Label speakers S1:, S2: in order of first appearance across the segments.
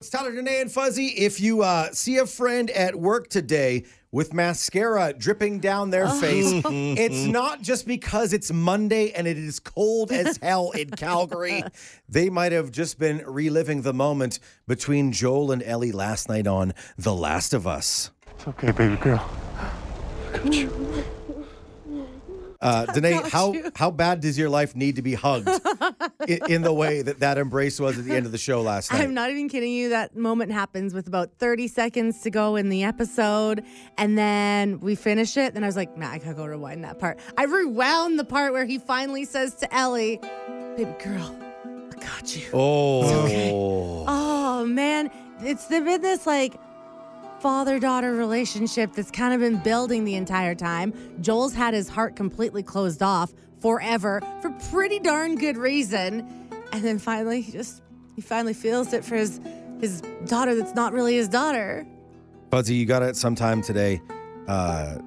S1: It's Tyler Danae and Fuzzy. If you uh, see a friend at work today with mascara dripping down their
S2: Oh.
S1: face, it's not just because it's Monday and it is cold as hell in Calgary. They might have just been reliving the moment between Joel and Ellie last night on The Last of Us.
S3: It's okay, baby girl.
S1: Uh, Danae, how, how bad does your life need to be hugged in, in the way that that embrace was at the end of the show last night?
S2: I'm not even kidding you. That moment happens with about 30 seconds to go in the episode. And then we finish it. Then I was like, nah, I gotta go rewind that part. I rewound the part where he finally says to Ellie, Baby girl, I got you.
S1: oh.
S2: Oh, man. It's been this like father daughter relationship that's kind of been building the entire time. Joel's had his heart completely closed off forever for pretty darn good reason. And then finally, he just, he finally feels it for his. His daughter, that's not really his daughter.
S1: Fuzzy, you got it sometime today. Uh,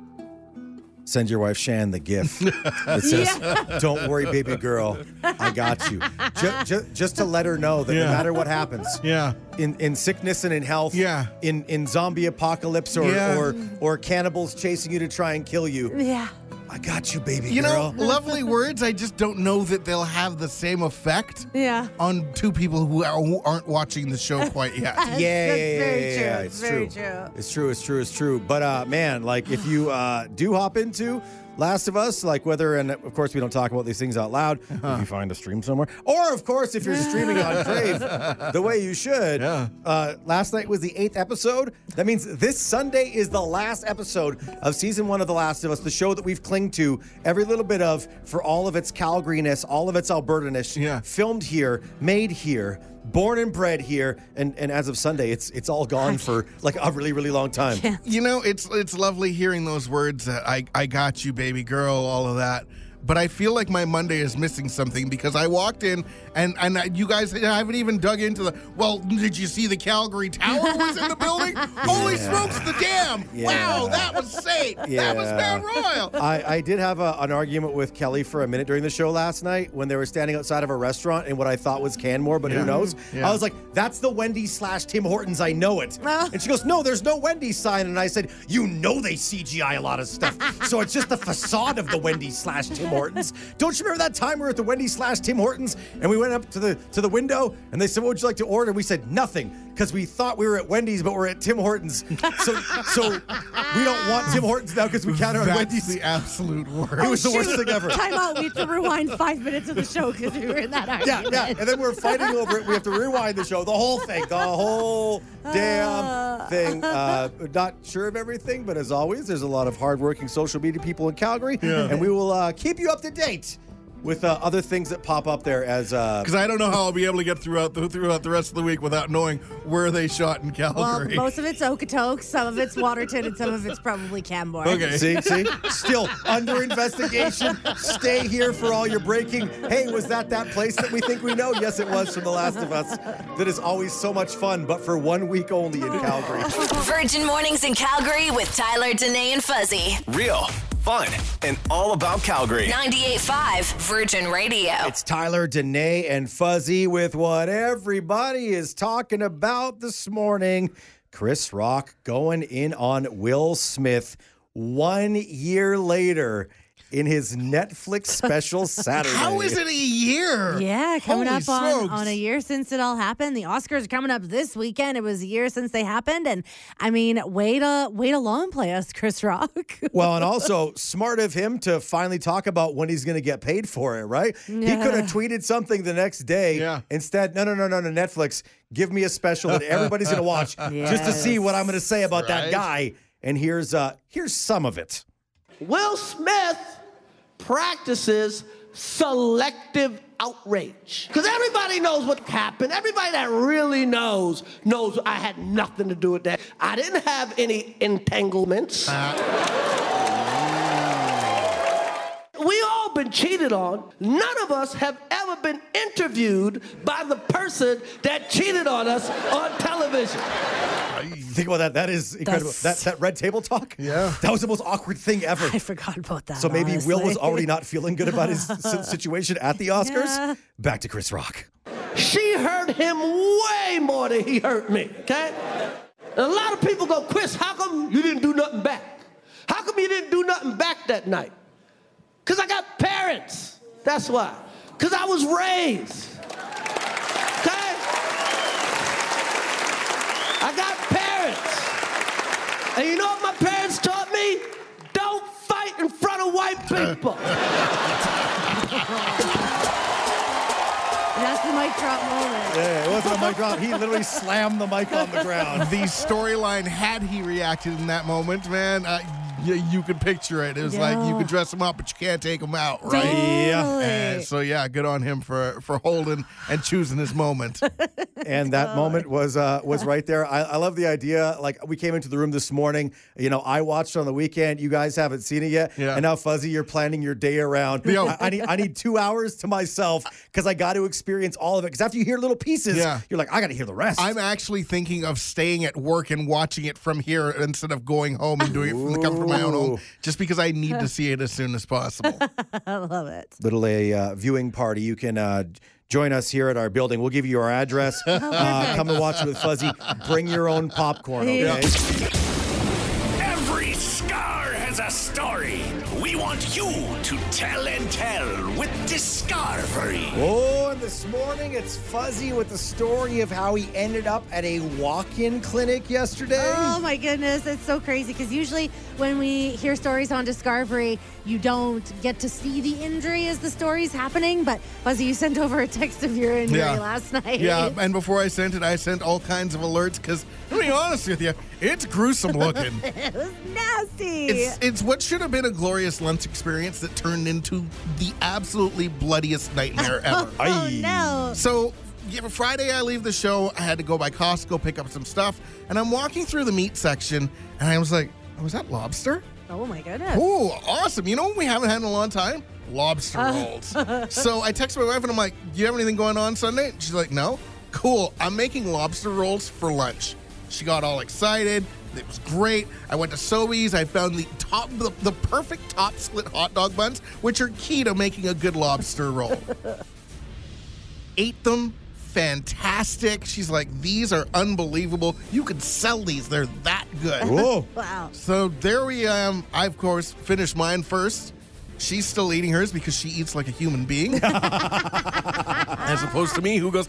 S1: send your wife Shan the gift that says, "Don't worry, baby girl, I got you." Ju- ju- just to let her know that no
S3: Yeah.
S1: matter what happens,
S3: Yeah.
S1: in, in sickness and in health,
S3: Yeah.
S1: in in zombie apocalypse or,
S3: Yeah.
S1: or or cannibals chasing you to try and kill you,
S2: Yeah.
S1: I got you, baby
S4: You
S1: girl.
S4: know, lovely words. I just don't know that they'll have the same effect
S2: Yeah.
S4: on two people who, are, who aren't watching the show quite
S1: yeah, yeah,
S4: yet.
S2: That's
S1: yeah,
S2: very
S1: yeah, yeah,
S2: true.
S1: yeah,
S2: It's
S1: It's
S2: very
S1: true.
S2: true.
S1: It's true. It's true. It's true. But uh, man, like if you uh, do hop into Last of Us, like whether and of course we don't talk about these things out loud.
S3: Uh-huh.
S1: If you find a stream somewhere, or of course if you're streaming on Crave, the way you should.
S3: Yeah.
S1: Uh, last night was the eighth episode. That means this Sunday is the last episode of season one of The Last of Us, the show that we've clung to every little bit of for all of its Calgaryness, all of its Albertaness.
S3: Yeah.
S1: Filmed here, made here, born and bred here, and and as of Sunday, it's it's all gone for like a really really long time.
S4: You know, it's it's lovely hearing those words. Uh, I I got you, baby girl. All of that. But I feel like my Monday is missing something because I walked in and and I, you guys haven't even dug into the. Well, did you see the Calgary Tower was in the building? Holy smokes, the dam! Wow,
S1: Yeah.
S4: that was safe. That was
S1: Yeah.
S4: Mount Royal.
S1: I, I did have a, an argument with Kelly for a minute during the show last night when they were standing outside of a restaurant in what I thought was Canmore, but who
S3: Yeah.
S1: knows?
S3: Yeah.
S1: I was like, that's the Wendy's slash Tim Hortons. I know it.
S2: Ah.
S1: And she goes, no, there's no Wendy's sign. And I said, you know they CGI a lot of stuff. so it's just the facade of the Wendy's slash Tim Hortons. Don't you remember that time we were at the Wendy's slash Tim Hortons and we went up to the to the window and they said, what would you like to order? And we said, nothing. Because we thought we were at Wendy's, but we're at Tim Hortons. So, so we don't want Tim Hortons now because we counted on
S4: That's
S1: Wendy's.
S4: the absolute
S1: It
S4: worst.
S1: was the worst thing ever.
S2: Oh, Time out. We have to rewind five minutes of the show because we were in that
S1: Yeah,
S2: argument.
S1: yeah. And then we're fighting over it. We have to rewind the show, the whole thing, the whole damn thing. Uh, not sure of everything, but as always, there's a lot of hardworking social media people in Calgary, and we will uh, keep you up to date with uh, other things that pop up there as. Uh,
S4: because I don't know how I'll be able to get throughout the, throughout the rest of the week without knowing where they shot in
S2: Well,
S4: Calgary.
S2: most of it's Okotoks, some of it's Waterton, and some of it's probably Canmore.
S4: Okay.
S1: See, see, still under investigation. Stay here for all your breaking. Hey, was that that place that we think we know? Yes, it was from The Last of Us. That is always so much fun, but for one week only in Calgary.
S5: Virgin Mornings in Calgary with Tyler, Danae, and Fuzzy.
S6: Real, fun, and all about Calgary.
S5: 98.5 Virgin Radio.
S1: It's Tyler, Danae, and Fuzzy with what everybody is talking about this morning. Chris Rock going in on Will Smith one year later in his Netflix special Saturday.
S4: How is it a year?
S2: Yeah, coming
S4: Holy
S2: up on,
S4: smokes.
S2: on a year since it all happened. The Oscars are coming up this weekend. It was a year since they happened, and I mean, way to way to long play us, Chris Rock.
S1: Well, and also smart of him to finally talk about when he's going to get paid for it, right? He could have tweeted something the next day.
S3: Yeah.
S1: Instead, no, no, no, no, no, Netflix, give me a special that everybody's going to watch just to see what I'm going to say about that
S4: Right.
S1: guy. And here's uh here's some of it.
S7: Will Smith practices selective outrage. Because everybody knows what happened. Everybody that really knows knows I had nothing to do with that. I didn't have any entanglements. We all been cheated on. None of us have ever been interviewed by the person that cheated on us on television.
S1: Think about that. That is incredible. That
S2: That's-
S1: that red table talk.
S4: Yeah.
S1: That was the most awkward thing ever.
S2: I forgot about that.
S1: So maybe Will was
S2: honestly.
S1: already not feeling good about his s- situation at the Oscars.
S2: Yeah.
S1: Back to Chris Rock.
S7: She hurt him way more than he hurt me, okay? And a lot of people go, Chris, how come you didn't do nothing back? How come you didn't do nothing back that night? Because I got parents. That's why. Because I was raised. Okay? I got parents. And you know what my parents taught me? Don't fight in front of white people.
S2: That's the mic drop moment.
S1: Yeah, it wasn't a mic drop. He literally slammed the mic on the ground.
S4: The storyline, had he reacted in that moment, man, uh, y- you could picture it. It was like you
S2: Yeah.
S4: could dress him up, but you can't take him out, right?
S2: Totally.
S4: And so yeah, good on him for for holding and choosing his moment.
S1: and that moment was uh, was right there. I, I love the idea. Like we came into the room this morning. You know, I watched on the weekend. You guys haven't seen it yet.
S4: Yeah.
S1: And now, Fuzzy, you're planning your day around.
S4: Yo.
S1: I, I need I need two hours to myself because I got to experience all of it. Because after you hear little pieces,
S4: Yeah.
S1: you're like, I got to hear the rest.
S4: I'm actually thinking of staying at work and watching it from here instead of going home and doing it from the comfort of my own home,
S1: Ooh.
S4: just because I need to see it as soon as possible.
S2: I love it.
S1: little a uh, viewing party. You can uh, j- join us here at our building. We'll give you our address. uh,
S2: perfect.
S1: come and watch it with Fuzzy. Bring your own popcorn. Okay.
S2: Yeah.
S6: Every scar has a story. We want you to tell and tell with Discovery.
S1: Oh, and this morning it's Fuzzy with the story of how he ended up at a walk in clinic yesterday.
S2: Oh my goodness, it's so crazy because usually when we hear stories on Discovery, you don't get to see the injury as the story's happening. But Fuzzy, you sent over a text of your injury last night.
S4: Yeah, and before I sent it, I sent all kinds of alerts because, to be honest with you, it's gruesome looking.
S2: it was nasty.
S4: It's, it's what should have been a glorious lunch experience that turned into the absolutely bloodiest nightmare ever.
S2: oh no.
S4: So yeah, Friday, I leave the show. I had to go by Costco, pick up some stuff, and I'm walking through the meat section, and I was like, oh, "Was that lobster?
S2: Oh my goodness.
S4: Oh, awesome! You know what we haven't had in a long time? Lobster rolls." so I text my wife, and I'm like, "Do you have anything going on Sunday?" And she's like, "No." Cool. I'm making lobster rolls for lunch. She got all excited. It was great. I went to Sobeys. I found the top, the, the perfect top slit hot dog buns, which are key to making a good lobster roll. ate them. Fantastic. She's like, these are unbelievable. You could sell these. They're that good.
S1: Whoa.
S2: Wow.
S4: So there we am. I, of course, finished mine first. She's still eating hers because she eats like a human being. As opposed to me, who goes,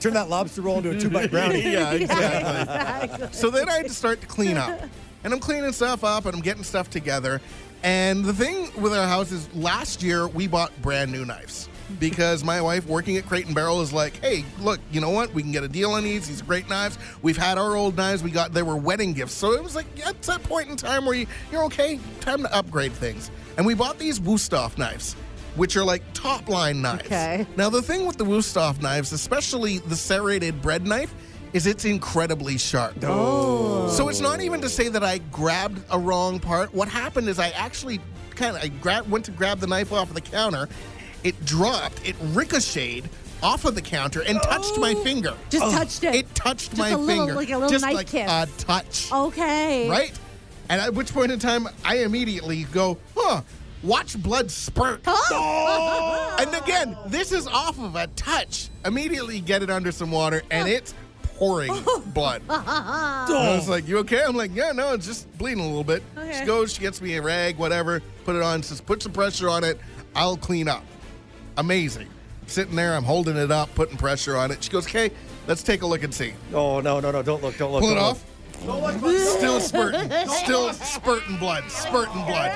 S1: Turn that lobster roll into a two bite brownie.
S4: yeah, exactly. So then I had to start to clean up. And I'm cleaning stuff up and I'm getting stuff together. And the thing with our house is last year we bought brand new knives because my wife working at Crate and Barrel is like, hey, look, you know what? We can get a deal on these. These are great knives. We've had our old knives. We got they were wedding gifts. So it was like at that point in time where you, you're okay, time to upgrade things. And we bought these Wusthof knives, which are like top line knives.
S2: Okay.
S4: Now, the thing with the Wusthof knives, especially the serrated bread knife, is it's incredibly sharp. Oh. So it's not even to say that I grabbed a wrong part. What happened is I actually kind of I gra- went to grab the knife off of the counter. It dropped. It ricocheted off of the counter and touched my finger.
S2: Oh. Just touched it.
S4: Oh, It touched
S2: Just
S4: my
S2: a little-
S4: finger.
S2: like a little
S4: Just
S2: knife
S4: like
S2: kiss. Oh,
S4: a touch
S2: Okay.
S4: right? And at which point in time, I immediately go, huh, watch blood spurt. Oh. and again, this is off of a touch. Immediately get it under some water, and it's pouring blood. And I was like, you okay? I'm like, yeah, no, it's just bleeding a little bit. She
S2: Okay.
S4: goes, she gets me a rag, whatever, put it on, says, put some pressure on it, I'll clean up. Amazing. Sitting there, I'm holding it up, putting pressure on it. She goes, okay, let's take a look and see.
S1: Oh, no, no, no. Don't look. Don't look.
S4: Pull it
S1: don't look.
S4: off. Still spurting. Still spurting blood. Spurting blood.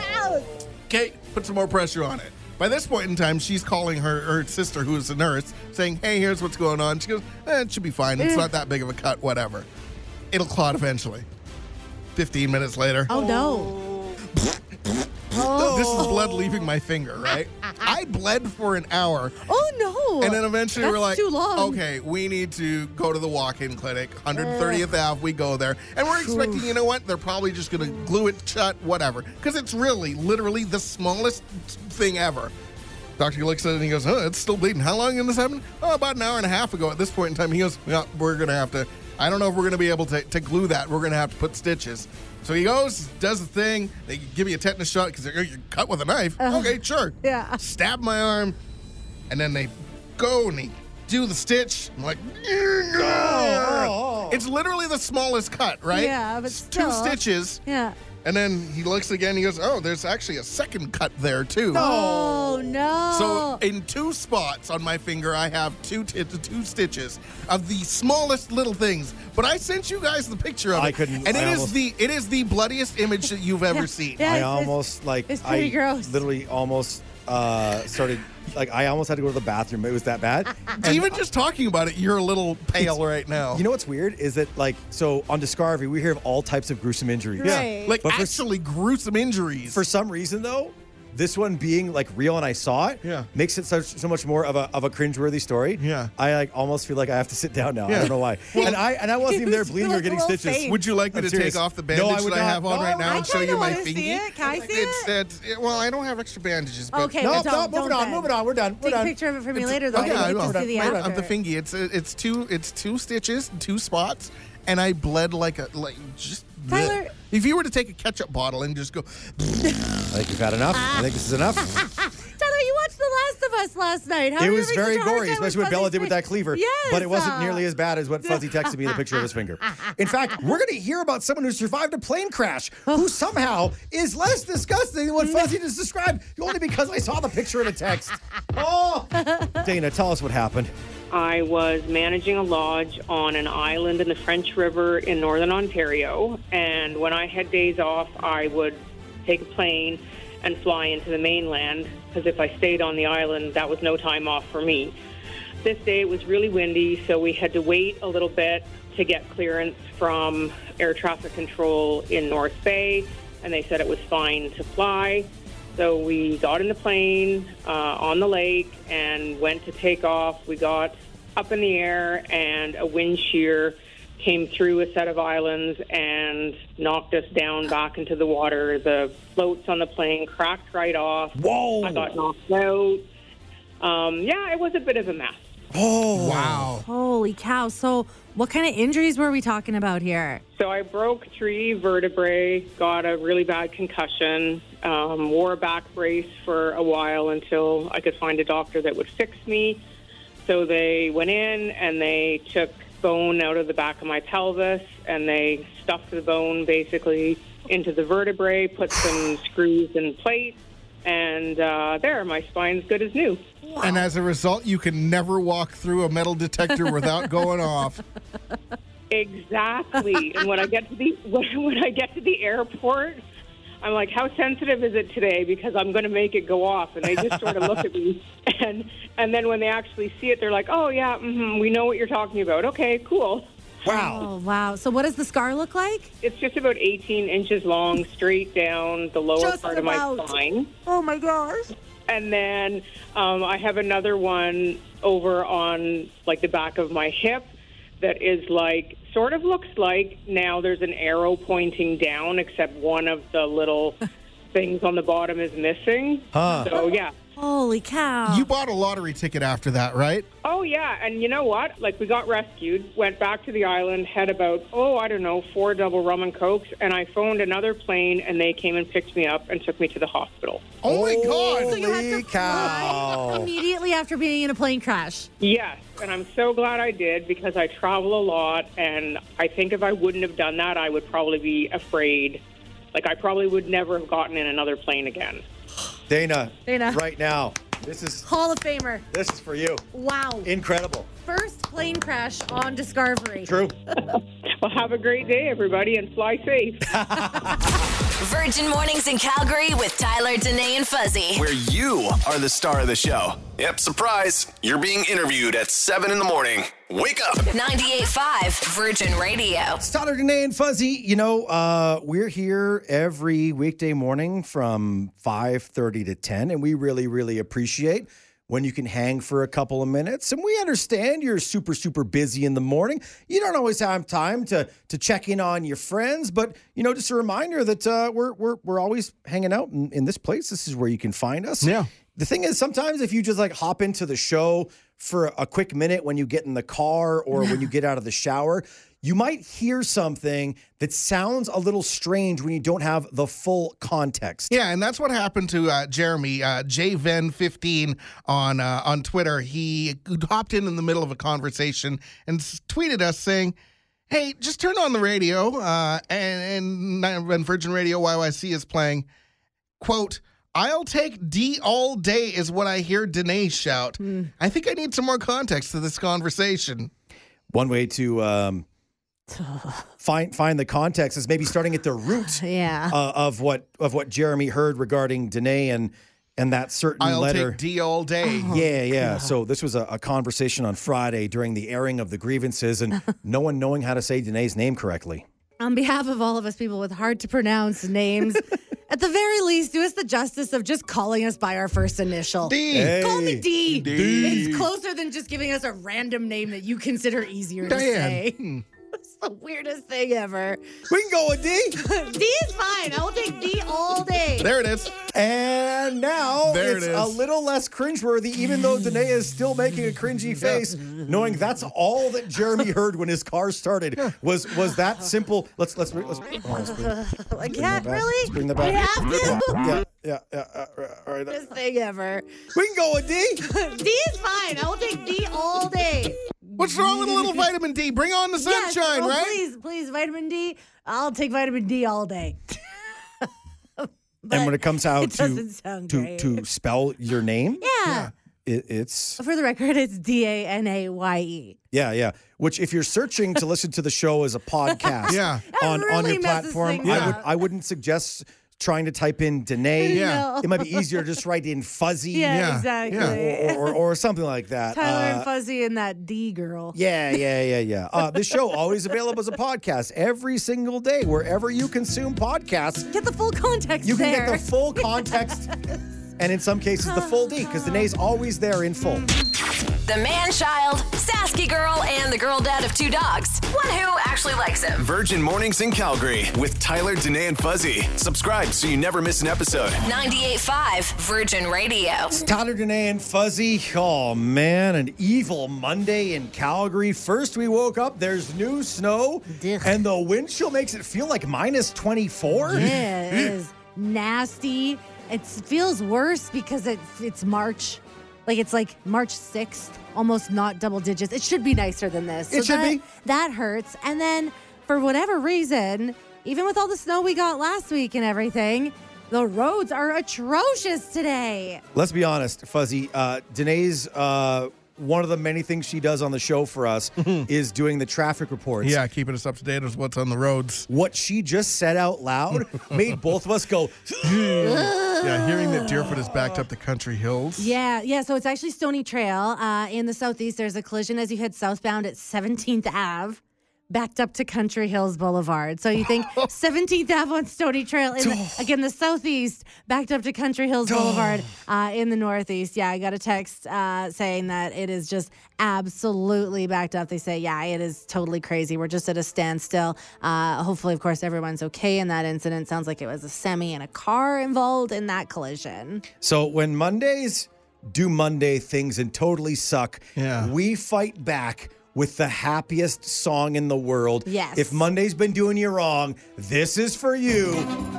S4: Okay, put some more pressure on it. By this point in time, she's calling her, her sister, who is a nurse, saying, Hey, here's what's going on. She goes, eh, It should be fine. It's not that big of a cut, whatever. It'll clot eventually. 15 minutes later,
S2: Oh no.
S4: this is blood leaving my finger, right? I bled for an hour.
S2: Oh no.
S4: And then eventually
S2: That's
S4: we're like,
S2: too long.
S4: okay, we need to go to the walk-in clinic, 130th Ave. We go there, and we're expecting, you know what? They're probably just gonna glue it shut, whatever, because it's really, literally the smallest thing ever. Doctor looks at it and he goes, "Oh, it's still bleeding. How long did this happen? Oh, about an hour and a half ago. At this point in time, he goes, yeah, we're gonna have to. I don't know if we're gonna be able to, to glue that. We're gonna have to put stitches." So he goes, does the thing. They give you a tetanus shot because you're cut with a knife. okay, sure.
S2: Uh-huh. yeah.
S4: Stab my arm, and then they go and he do the stitch. I'm like,
S1: oh, oh.
S4: it's literally the smallest cut, right?
S2: Yeah, but
S4: It's
S2: still.
S4: two stitches.
S2: Yeah.
S4: And then he looks again. He goes, "Oh, there's actually a second cut there too."
S2: Oh, no.
S4: So in two spots on my finger, I have two t- two stitches of the smallest little things. But I sent you guys the picture of it.
S1: I couldn't-
S4: And
S1: I
S4: it is
S1: almost-
S4: the it is the bloodiest image that you've ever seen.
S2: Yeah,
S1: I
S2: it's- it's-
S1: almost like
S2: it's pretty
S1: I
S2: gross.
S1: literally almost uh, started like I almost had to go to the bathroom. It was that bad. And
S4: Even just talking about it, you're a little pale right now.
S1: you know what's weird is that like so on Discovery we hear of all types of gruesome injuries.
S2: Yeah. Right.
S4: like
S1: But for-
S4: actually gruesome injuries.
S1: For some reason though, this one being like real and I saw it
S4: Yeah.
S1: makes it such so much more of a of a cringeworthy story.
S4: Yeah.
S1: I like almost feel like I have to sit down now. I
S4: Yeah.
S1: don't know why. and I and I wasn't even there bleeding
S2: Like
S1: or
S2: a
S1: getting
S2: little
S1: stitches.
S2: thing.
S4: would you like me
S1: I'm
S4: to
S1: serious.
S4: take off the
S1: No, I
S4: bandage
S1: would
S4: that I
S1: not.
S4: have on
S1: No,
S4: right now
S1: I
S4: and show
S2: kinda
S4: you my
S2: wanna see
S4: thingy?
S2: it. Can I see
S4: it's,
S2: it?
S4: It's, well, I don't have extra bandages. But
S2: Okay,
S1: No,
S2: but
S1: no,
S2: don't-
S1: moving
S2: don't
S1: on,
S2: then.
S1: moving on. We're done. We're
S2: Take
S1: done.
S2: picture of it for me later, though.
S4: Okay,
S2: I
S4: I
S2: didn't
S4: will.
S2: get to see the
S1: Right
S2: after.
S1: up
S4: of the thingy. It's uh, it's two it's two stitches, two spots, and I bled like a like just. bleh.
S2: Tyler-
S4: if you were to take a ketchup bottle and just go,
S1: I think you've had enough. I think this is enough.
S2: Tyler, you watched The Last of Us last night. How are
S1: It
S2: you
S1: was
S2: having
S1: very
S2: such a hard
S1: gory,
S2: time with
S1: especially what Bella
S2: Fuzzy's
S1: did with that
S2: face?
S1: cleaver.
S2: Yes,
S1: But it wasn't
S2: uh,
S1: nearly as bad as what Fuzzy texted me in the picture of his finger. In fact, we're going to hear about someone who survived a plane crash
S2: Oh.
S1: who somehow is less disgusting than what Fuzzy just described, only because I saw the picture in a text. Oh! Dana, tell us what happened.
S3: I was managing a lodge on an island in the French River in northern Ontario. And when I had days off, I would take a plane and fly into the mainland because if I stayed on the island, that was no time off for me. This day it was really windy, so we had to wait a little bit to get clearance from air traffic control in North Bay, and they said it was fine to fly. So we got in the plane uh, on the lake and went to take off. We got up in the air, and a wind shear came through a set of islands and knocked us down back into the water. The floats on the plane cracked right off.
S1: Whoa.
S3: I got knocked out. Um, yeah, it was a bit of a mess.
S1: Oh!
S4: "Wow,
S2: Holy cow. So, what kind of injuries were we talking about here?
S3: So I broke three vertebrae, got a really bad concussion, um, wore a back brace for a while until I could find a doctor that would fix me. So they went in and they took bone out of the back of my pelvis and they stuffed the bone basically into the vertebrae, put some screws and plates, and uh, there, my spine's good as new.
S4: And as a result, you can never walk through a metal detector without going off.
S3: Exactly. and when I get to the when, when I get to the airport, I'm like, "How sensitive is it today?" Because I'm going to make it go off, and they just sort of look at me, and and then when they actually see it, they're like, "Oh yeah, hmm we know what you're talking about. Okay, cool."
S1: Wow.
S2: Oh, wow. So, what does the scar look like?
S3: It's just about 18 inches long, straight down the lower
S2: Just
S3: part of my
S2: about.
S3: spine.
S2: Oh, my gosh.
S3: And then um, I have another one over on like the back of my hip that is like sort of looks like now there's an arrow pointing down, except one of the little things on the bottom is missing.
S1: Huh.
S3: So yeah.
S2: Holy cow.
S4: You bought a lottery ticket after that, right?
S3: Oh yeah, and you know what? Like we got rescued, went back to the island, had about oh I don't know four double rum and cokes, and I phoned another plane, and they came and picked me up and took me to the hospital.
S4: Oh my god!
S2: so you had to
S1: Holy cow.
S2: fly Oh. immediately after being in a plane crash.
S3: Yes, and I'm so glad I did because I travel a lot, and I think if I wouldn't have done that, I would probably be afraid. Like, I probably would never have gotten in another plane again.
S1: Dana.
S2: Dana.
S1: Right now. This is
S2: Hall of Famer.
S1: this is for you.
S2: Wow.
S1: Incredible.
S2: First plane crash on Discovery.
S1: True.
S3: Well, have a great day, everybody, and fly safe.
S5: Virgin Mornings in Calgary with Tyler, Danae, and Fuzzy.
S6: Where you are the star of the show. Yep, surprise. You're being interviewed at 7 in the morning. Wake up.
S5: 98.5 Virgin Radio.
S1: It's Tyler, Danae, and Fuzzy. You know, uh, we're here every weekday morning from 5.30 to 10, and we really, really appreciate when you can hang for a couple of minutes. And we understand you're super, super busy in the morning. You don't always have time to to check in on your friends, but, you know, just a reminder that uh, we're, we're, we're always hanging out in, in this place. This is where you can find us.
S4: Yeah.
S1: the thing is, sometimes if you just like hop into the show for a quick minute when you get in the car or when you get out of the shower, you might hear something that sounds a little strange when you don't have the full context.
S4: Yeah, and that's what happened to uh, Jeremy uh, JVen15 on uh, on Twitter. He hopped in in the middle of a conversation and s- tweeted us saying, "Hey, just turn on the radio uh, and, and and Virgin Radio YYC is playing." Quote. I'll take D all day is what I hear Danae shout. I think I need some more context to this conversation.
S1: One way to um, find find the context is maybe starting at the root
S2: Yeah.
S1: uh, of what of what Jeremy heard regarding Danae and and that certain
S4: I'll
S1: letter.
S4: take D all day.
S1: yeah, yeah. So this was a, a conversation on Friday during the airing of the grievances, and no one knowing how to say Danae's name correctly.
S2: On behalf of all of us people with hard to pronounce names, at the very least, do us the justice of just calling us by our first initial.
S4: D.
S2: Call me
S1: Hey.
S2: D. It's closer than just giving us a random name that you consider easier to
S4: Diane.
S2: say. It's the weirdest thing ever.
S1: We can go with D.
S2: D is fine. I will take D all day.
S4: There it is.
S1: And now
S4: There it
S1: it's a
S4: is.
S1: little less cringeworthy, even though Danae is still making a cringy face, knowing that's all that Jeremy heard when his car started was was that simple. Let's let's let's, let's,
S2: like,
S1: bring
S2: yeah,
S1: that back.
S2: really?
S1: Let's bring that back.
S2: We have to?
S1: Yeah, yeah, yeah. yeah, uh, all right.
S2: Weirdest thing ever.
S1: We can go with D.
S2: D is fine. I will take D all day.
S4: What's wrong with a little vitamin D? Bring on the sunshine,
S2: yes. oh,
S4: right?
S2: Please, please, vitamin D. I'll take vitamin D all day. But
S1: And when it comes out
S2: it
S1: to
S2: doesn't sound
S1: to
S2: great.
S1: to spell your name,
S2: yeah.
S1: it, it's
S2: For the record, it's D A N A Y E.
S1: yeah, yeah. Which if you're searching to listen to the show as a podcast,
S4: Yeah.
S1: on on
S2: really
S1: your
S2: messes
S1: platform,
S2: things
S1: I would
S2: up.
S1: I wouldn't suggest trying to type in Danae.
S4: Yeah.
S1: It might be easier to just write in fuzzy
S2: Yeah,
S4: Yeah,
S2: exactly.
S4: yeah.
S1: or, or, or something like that.
S2: Tyler and
S1: Uh,
S2: Fuzzy and that D girl.
S1: yeah, yeah, yeah, yeah. Uh, this show always available as a podcast every single day, wherever you consume podcasts.
S2: Get the full context
S1: You can
S2: there.
S1: get the full context, and in some cases, the full D, because Danae's always there in full.
S5: The man child, Sasky girl, and the girl dad of two dogs. One who actually likes him.
S8: Virgin Mornings in Calgary with Tyler, Danae, and Fuzzy. Subscribe so you never miss an episode.
S5: 98.5 Virgin Radio.
S1: Tyler, Danae, and Fuzzy. Oh man, an evil Monday in Calgary. First, we woke up. There's new snow,
S2: Ugh.
S1: and the wind chill makes it feel like minus 24.
S2: Yeah, it is nasty. It feels worse because it's it's March. Like it's like March 6th, almost not double digits. It should be nicer than this.
S1: It should
S2: that,
S1: be.
S2: That hurts. And then for whatever reason, even with all the snow we got last week and everything, the roads are atrocious today.
S1: Let's be honest, Fuzzy. Uh, Danae's uh, one of the many things she does on the show for us is doing the traffic reports.
S4: Yeah, keeping us up to date with what's on the roads.
S1: What she just said out loud made both of us go,
S4: Yeah, hearing that Deerfoot has backed up the country hills.
S2: Yeah, yeah. So it's actually Stony Trail uh, in the southeast. There's a collision as you head southbound at 17th Ave, backed up to Country Hills Boulevard. So you think 17th Ave on Stony Trail in the, again the southeast, backed up to Country Hills Boulevard uh, in the northeast. Yeah, I got a text uh, saying that it is just absolutely backed up. They say, yeah, it is totally crazy. We're just at a standstill. Uh, hopefully, of course, everyone's okay in that incident. Sounds like it was a semi and a car involved in that collision.
S1: So when Mondays do Monday things and totally suck,
S4: Yeah.
S1: we fight back with the happiest song in the world.
S2: Yes.
S1: If Monday's been doing you wrong, this is for you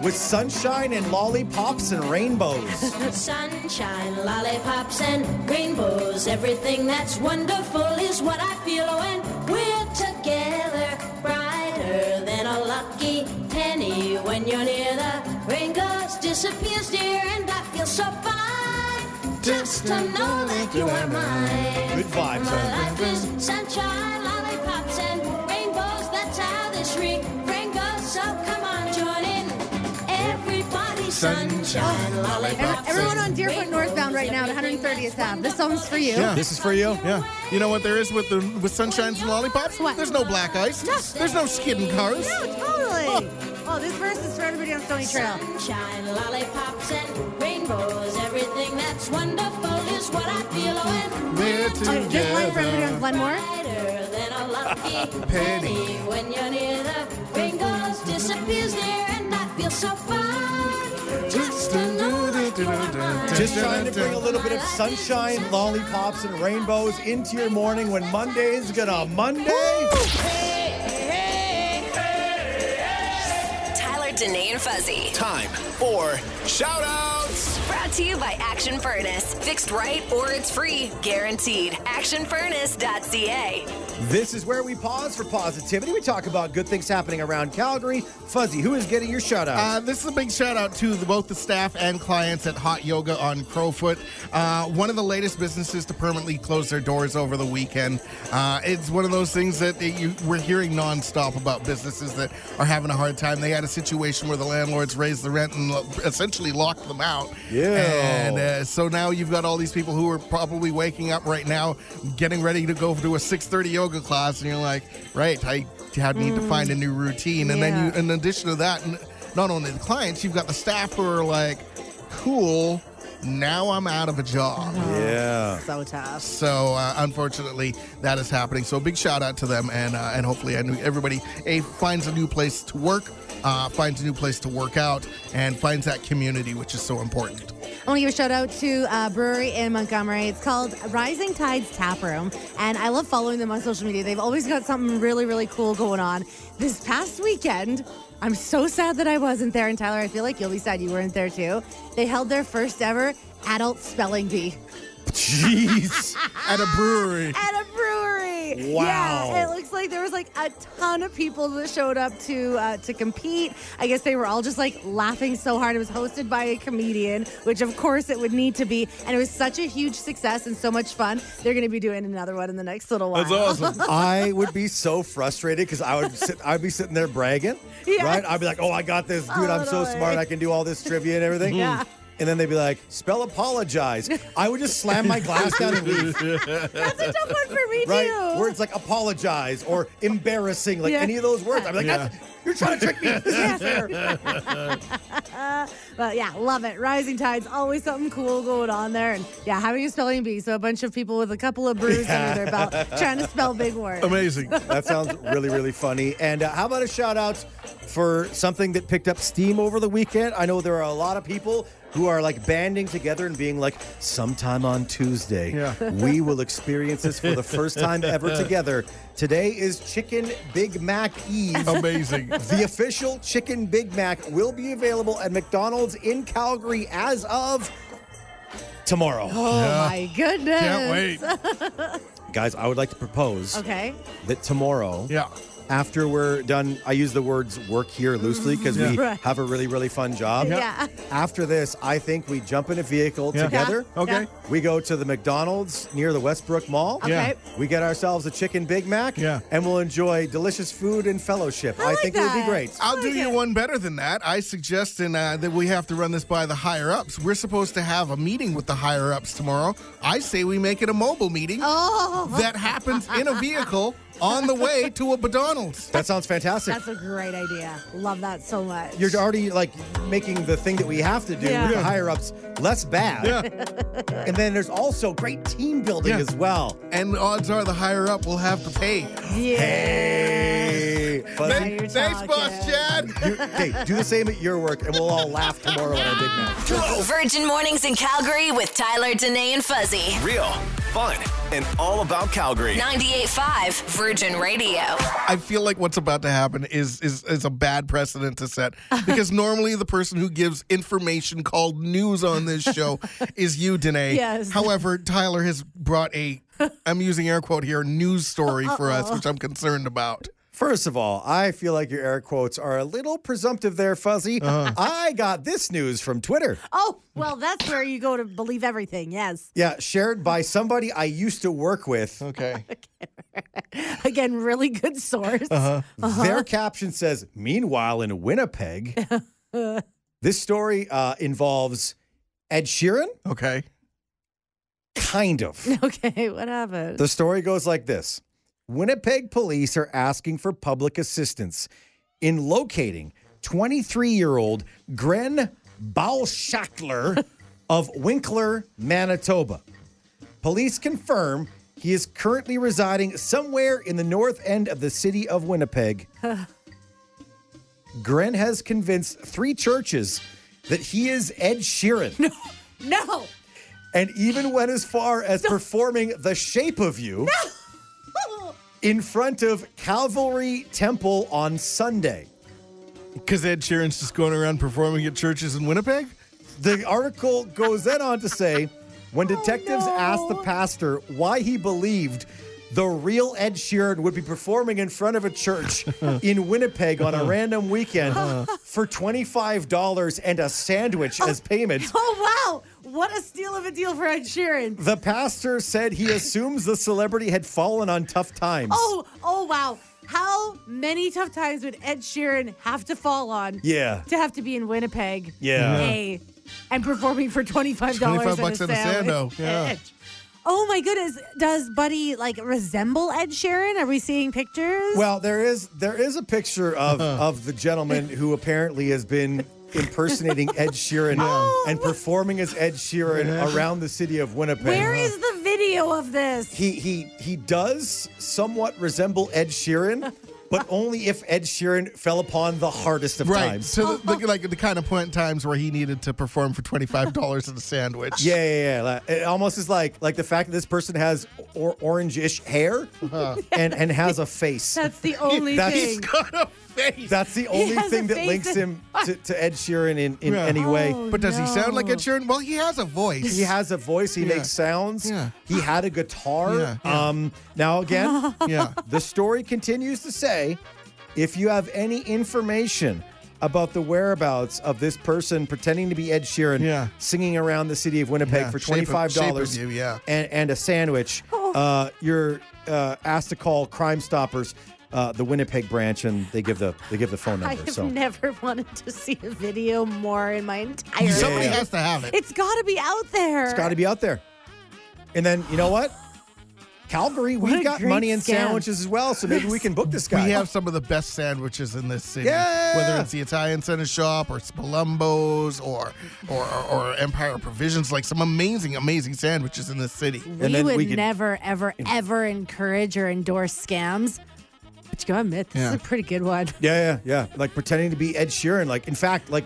S1: with sunshine and lollipops and rainbows.
S9: Sunshine, lollipops, and rainbows. Everything that's wonderful is what I feel when we're together. Brighter than a lucky penny when you're near the rain goes disappears, dear, and I feel so fine just to know that you are mine.
S1: Good vibes,
S9: My
S1: huh?
S9: life is sunshine, lollipops, and rainbows. That's how this refrain goes. So come on, join in, everybody. Sunshine, lollipops.
S2: Everyone on Deerfoot
S9: Rainbows,
S2: northbound right now at
S9: everything
S2: 130th
S9: that's
S2: Ave. This song's for you.
S4: Yeah.
S1: this is for you.
S4: Yeah. You know what there is with the with sunshines and lollipops?
S2: What?
S4: There's no black ice. There's no skidding cars.
S2: No, totally. Oh, this verse is for everybody on Stony Trail.
S9: Sunshine, lollipops, and rainbows. Everything that's wonderful is what I feel Oh, when
S4: We're
S2: Okay, this one for everybody on
S4: together.
S2: Glenmore.
S9: brighter than a lucky penny. When you're near the rain goes disappears there, and I feel so fine just to know that
S1: Just trying to bring a little bit of sunshine, lollipops, and rainbows into your morning when Monday is gonna Monday.
S5: Tyler, Danae, and Fuzzy.
S8: Time for shout outs.
S5: Brought to you by Action Furnace. Fixed right or it's free. Guaranteed. Actionfurnace.ca.
S1: This is where we pause for positivity. We talk about good things happening around Calgary. Fuzzy, who is getting your shout out?
S4: Uh, this is a big shout out to the- both the staff and clients at Hot Yoga on Crowfoot, uh, one of the latest businesses to permanently close their doors over the weekend. Uh, it's one of those things that that you, we're hearing nonstop about businesses that are having a hard time. They had a situation where the landlords raised the rent and lo- essentially locked them out.
S1: Yeah.
S4: And uh, so now you've got all these people who are probably waking up right now, getting ready to go to a 6:30 yoga class, and you're like, right, I I need to find a new routine. And then
S2: Yeah.
S4: you in addition to that, n- not only the clients, you've got the staff who are like, cool, now I'm out of a job.
S1: yeah.
S2: So tough.
S4: So uh, unfortunately, that is happening. So big shout out to them, and uh, and hopefully, I knew everybody a finds a new place to work, uh, finds a new place to work out, and finds that community, which is so important.
S2: I want to give a shout out to uh, brewery in Montgomery. It's called Rising Tides Tap Room, and I love following them on social media. They've always got something really, really cool going on. This past weekend, I'm so sad that I wasn't there, and Tyler, I feel like you'll be sad you weren't there too. They held their first ever adult spelling bee
S1: Jeez.
S4: At a brewery.
S2: at a brewery.
S1: Wow.
S2: Yeah, it looks like there was like a ton of people that showed up to uh, to compete. I guess they were all just like laughing so hard. It was hosted by a comedian, which of course it would need to be, and it was such a huge success and so much fun. They're going to be doing another one in the next little while.
S4: awesome.
S1: I would be so frustrated because I would sit, I'd be sitting there bragging,
S2: Yes.
S1: right? I'd be like, "Oh, I got this, dude! I'm so
S2: Totally.
S1: smart. I can do all this trivia and everything."
S2: Yeah.
S1: And then they'd be like, "Spell apologize." I would just slam my glass down and leave,
S2: That's a tough one for me
S1: right?
S2: too.
S1: Words like apologize or embarrassing, like
S2: Yeah.
S1: any of those words. I'm like, That's, "You're trying to trick me. This isn't fair."
S2: But yeah, love it. Rising tides, always something cool going on there, and yeah, having a spelling bee. So a bunch of people with a couple of brews under their belt trying to spell big words.
S4: Amazing.
S1: That sounds really, really funny. And uh, how about a shout out for something that picked up steam over the weekend? I know there are a lot of people who are like banding together and being like, sometime on Tuesday,
S4: Yeah.
S1: we will experience this for the first time ever together. Today is Chicken Big Mac
S4: Oh.
S1: Eve.
S4: Amazing.
S1: The official Chicken Big Mac will be available at McDonald's in Calgary as of tomorrow.
S2: Oh my goodness!
S4: Can't wait.
S1: Guys, I would like to propose
S2: Okay.
S1: that tomorrow.
S4: Yeah.
S1: after we're done, I use the words work here loosely because we
S2: Mm-hmm. Right.
S1: have a really, really fun job.
S2: Yeah.
S1: After this, I think we jump in a vehicle
S4: Yeah.
S1: together.
S2: Yeah.
S4: Okay.
S1: We go to the McDonald's near the Westbrook Mall.
S2: Okay.
S4: Yeah.
S1: We get ourselves a chicken Big Mac.
S4: Yeah.
S1: And we'll enjoy delicious food and fellowship. I,
S2: like
S1: think it would
S2: that.
S1: be great.
S4: I'll do
S2: like
S4: you
S2: it.
S4: one better than that. I suggest in, uh, that we have to run this by the higher ups. We're supposed to have a meeting with the higher ups tomorrow. I say we make it a mobile meeting
S2: Oh,
S4: that happens in a vehicle on the way to a McDonald's.
S1: That sounds fantastic.
S2: that's a great idea. Love that so much.
S1: You're already like making the thing that we have to do
S2: Yeah.
S1: with the higher ups less bad.
S4: Yeah.
S1: And then there's also great team building
S4: Yeah.
S1: as well.
S4: And odds are the higher up will have to pay.
S2: Yeah.
S1: Hey,
S2: Now
S1: fuzzy.
S2: you're
S4: Thanks, boss
S2: talking.
S4: Chad.
S1: You, hey, do the same at your work, and we'll all laugh tomorrow at our big match.
S5: Virgin Mornings in Calgary with Tyler, Danae, and Fuzzy.
S8: Real, fun, and all about Calgary.
S5: 98.5 Virgin Radio.
S4: I feel like what's about to happen is is is a bad precedent to set because normally the person who gives information called news on this show is you, Danae.
S2: Yes.
S4: However, Tyler has brought a I'm using air quote here news story for us, which I'm concerned about.
S1: First of all, I feel like your air quotes are a little presumptive there, Fuzzy.
S4: Uh-huh.
S1: I got this news from Twitter.
S2: Oh, well, that's where you go to believe everything. Yes.
S1: Yeah, shared by somebody I used to work with.
S4: Okay.
S2: Again, really good source.
S1: Uh-huh. Their caption says, Meanwhile, in Winnipeg, this story uh, involves Ed Sheeran,
S4: Okay.
S1: kind of.
S2: Okay, what happened?
S1: The story goes like this Winnipeg police are asking for public assistance in locating 23 year old Gren Bauschackler of Winkler, Manitoba. Police confirm he is currently residing somewhere in the north end of the city of Winnipeg. Gren has convinced three churches that he is Ed Sheeran.
S2: No.
S1: and even went as far as performing The Shape of You in front of Calvary Temple on Sunday.
S4: Because Ed Sheeran's just going around performing at churches in Winnipeg?
S1: The article goes then on to say when detectives
S2: Oh, no.
S1: asked the pastor why he believed the real Ed Sheeran would be performing in front of a church in Winnipeg on a
S2: Uh-huh.
S1: random weekend for $25 and a sandwich as payment.
S2: Oh wow! What a steal of a deal for Ed Sheeran.
S1: The pastor said he assumes the celebrity had fallen on tough times.
S2: Oh oh wow! How many tough times would Ed Sheeran have to fall on
S1: Yeah.
S2: to have to be in Winnipeg?
S1: Yeah.
S2: Hey, and performing for twenty five dollars.
S4: 25 bucks at a sando, yeah.
S2: Oh my goodness! Does Buddy like resemble Ed Sheeran? Are we seeing pictures?
S1: Well, there is there is a picture of
S2: Uh-huh.
S1: of the gentleman who apparently has been impersonating Ed Sheeran
S2: Oh.
S1: and performing as Ed Sheeran around the city of Winnipeg. Uh-huh.
S2: Where
S4: uh,
S2: is the video of this?
S1: he he he does somewhat resemble Ed Sheeran, but only if Ed Sheeran fell upon the hardest of
S4: Right.
S1: times.
S4: So, the,
S2: Uh-huh.
S4: the, like the kind of point in times where he needed to perform for $25 at a sandwich.
S1: Yeah, yeah, yeah. Like, It almost is like like the fact that this person has or- orange-ish hair and and has a face.
S2: Uh-huh. That's the only
S1: That's-
S2: thing.
S4: Got a face.
S1: That's the only
S2: has a
S1: thing that
S2: face
S1: links
S2: that-
S1: him to, to Ed Sheeran in, in
S4: Yeah.
S1: any way.
S2: Oh,
S4: But does he sound like
S2: no.
S4: Ed Sheeran? Well, he has a voice.
S1: He has a voice. He
S4: Yeah.
S1: makes sounds.
S4: Yeah.
S1: He had a guitar.
S4: Yeah, yeah.
S1: Um, now again,
S4: Yeah.
S1: the story continues to say, if you have any information about the whereabouts of this person pretending to be Ed Sheeran,
S4: Yeah.
S1: singing around the city of Winnipeg
S4: Yeah,
S1: for
S4: shape
S1: twenty
S4: of-
S1: five dollars,
S4: shape of you, yeah. Oh.
S1: and, and a sandwich, uh, you're uh, asked to call Crime Stoppers, uh, the Winnipeg branch, and they give the they give the phone
S2: I
S1: number.
S2: have
S1: so
S2: never wanted to see a video more in my entire
S4: Somebody
S2: life.
S4: has to have it.
S2: It's got to be out there.
S1: It's got to be out there. And then you know what? Calgary,
S2: a
S1: we've got
S2: great
S1: money and
S2: scam.
S1: sandwiches as well, so maybe we can book this guy.
S4: We have some of the best sandwiches in this city.
S1: Yeah.
S4: Whether it's the Italian Center Shop or Spalumbo's or or, or or Empire Provisions, like some amazing, amazing sandwiches in this city.
S2: We
S1: and then
S2: would
S1: we could-
S2: never, ever, ever encourage or endorse scams. But you gotta admit, this is
S4: Yeah.
S2: a pretty good one.
S1: yeah, yeah, yeah. Like pretending to be Ed Sheeran. Like in fact, like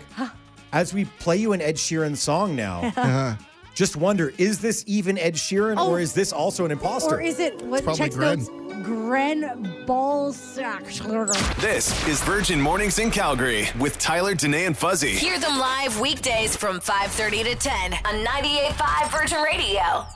S1: as we play you an Ed Sheeran song now, just wonder is this even Ed Sheeran
S2: Uh-huh. Oh.
S1: or is this also an imposter?
S2: Or is it what
S4: probably
S2: checks
S4: Gren.
S2: notes? Gren Ballsack.
S8: This is Virgin Mornings in Calgary with Tyler, Danae, and Fuzzy.
S5: Hear them live weekdays from 5:30 to 10 on 98.5 Virgin Radio.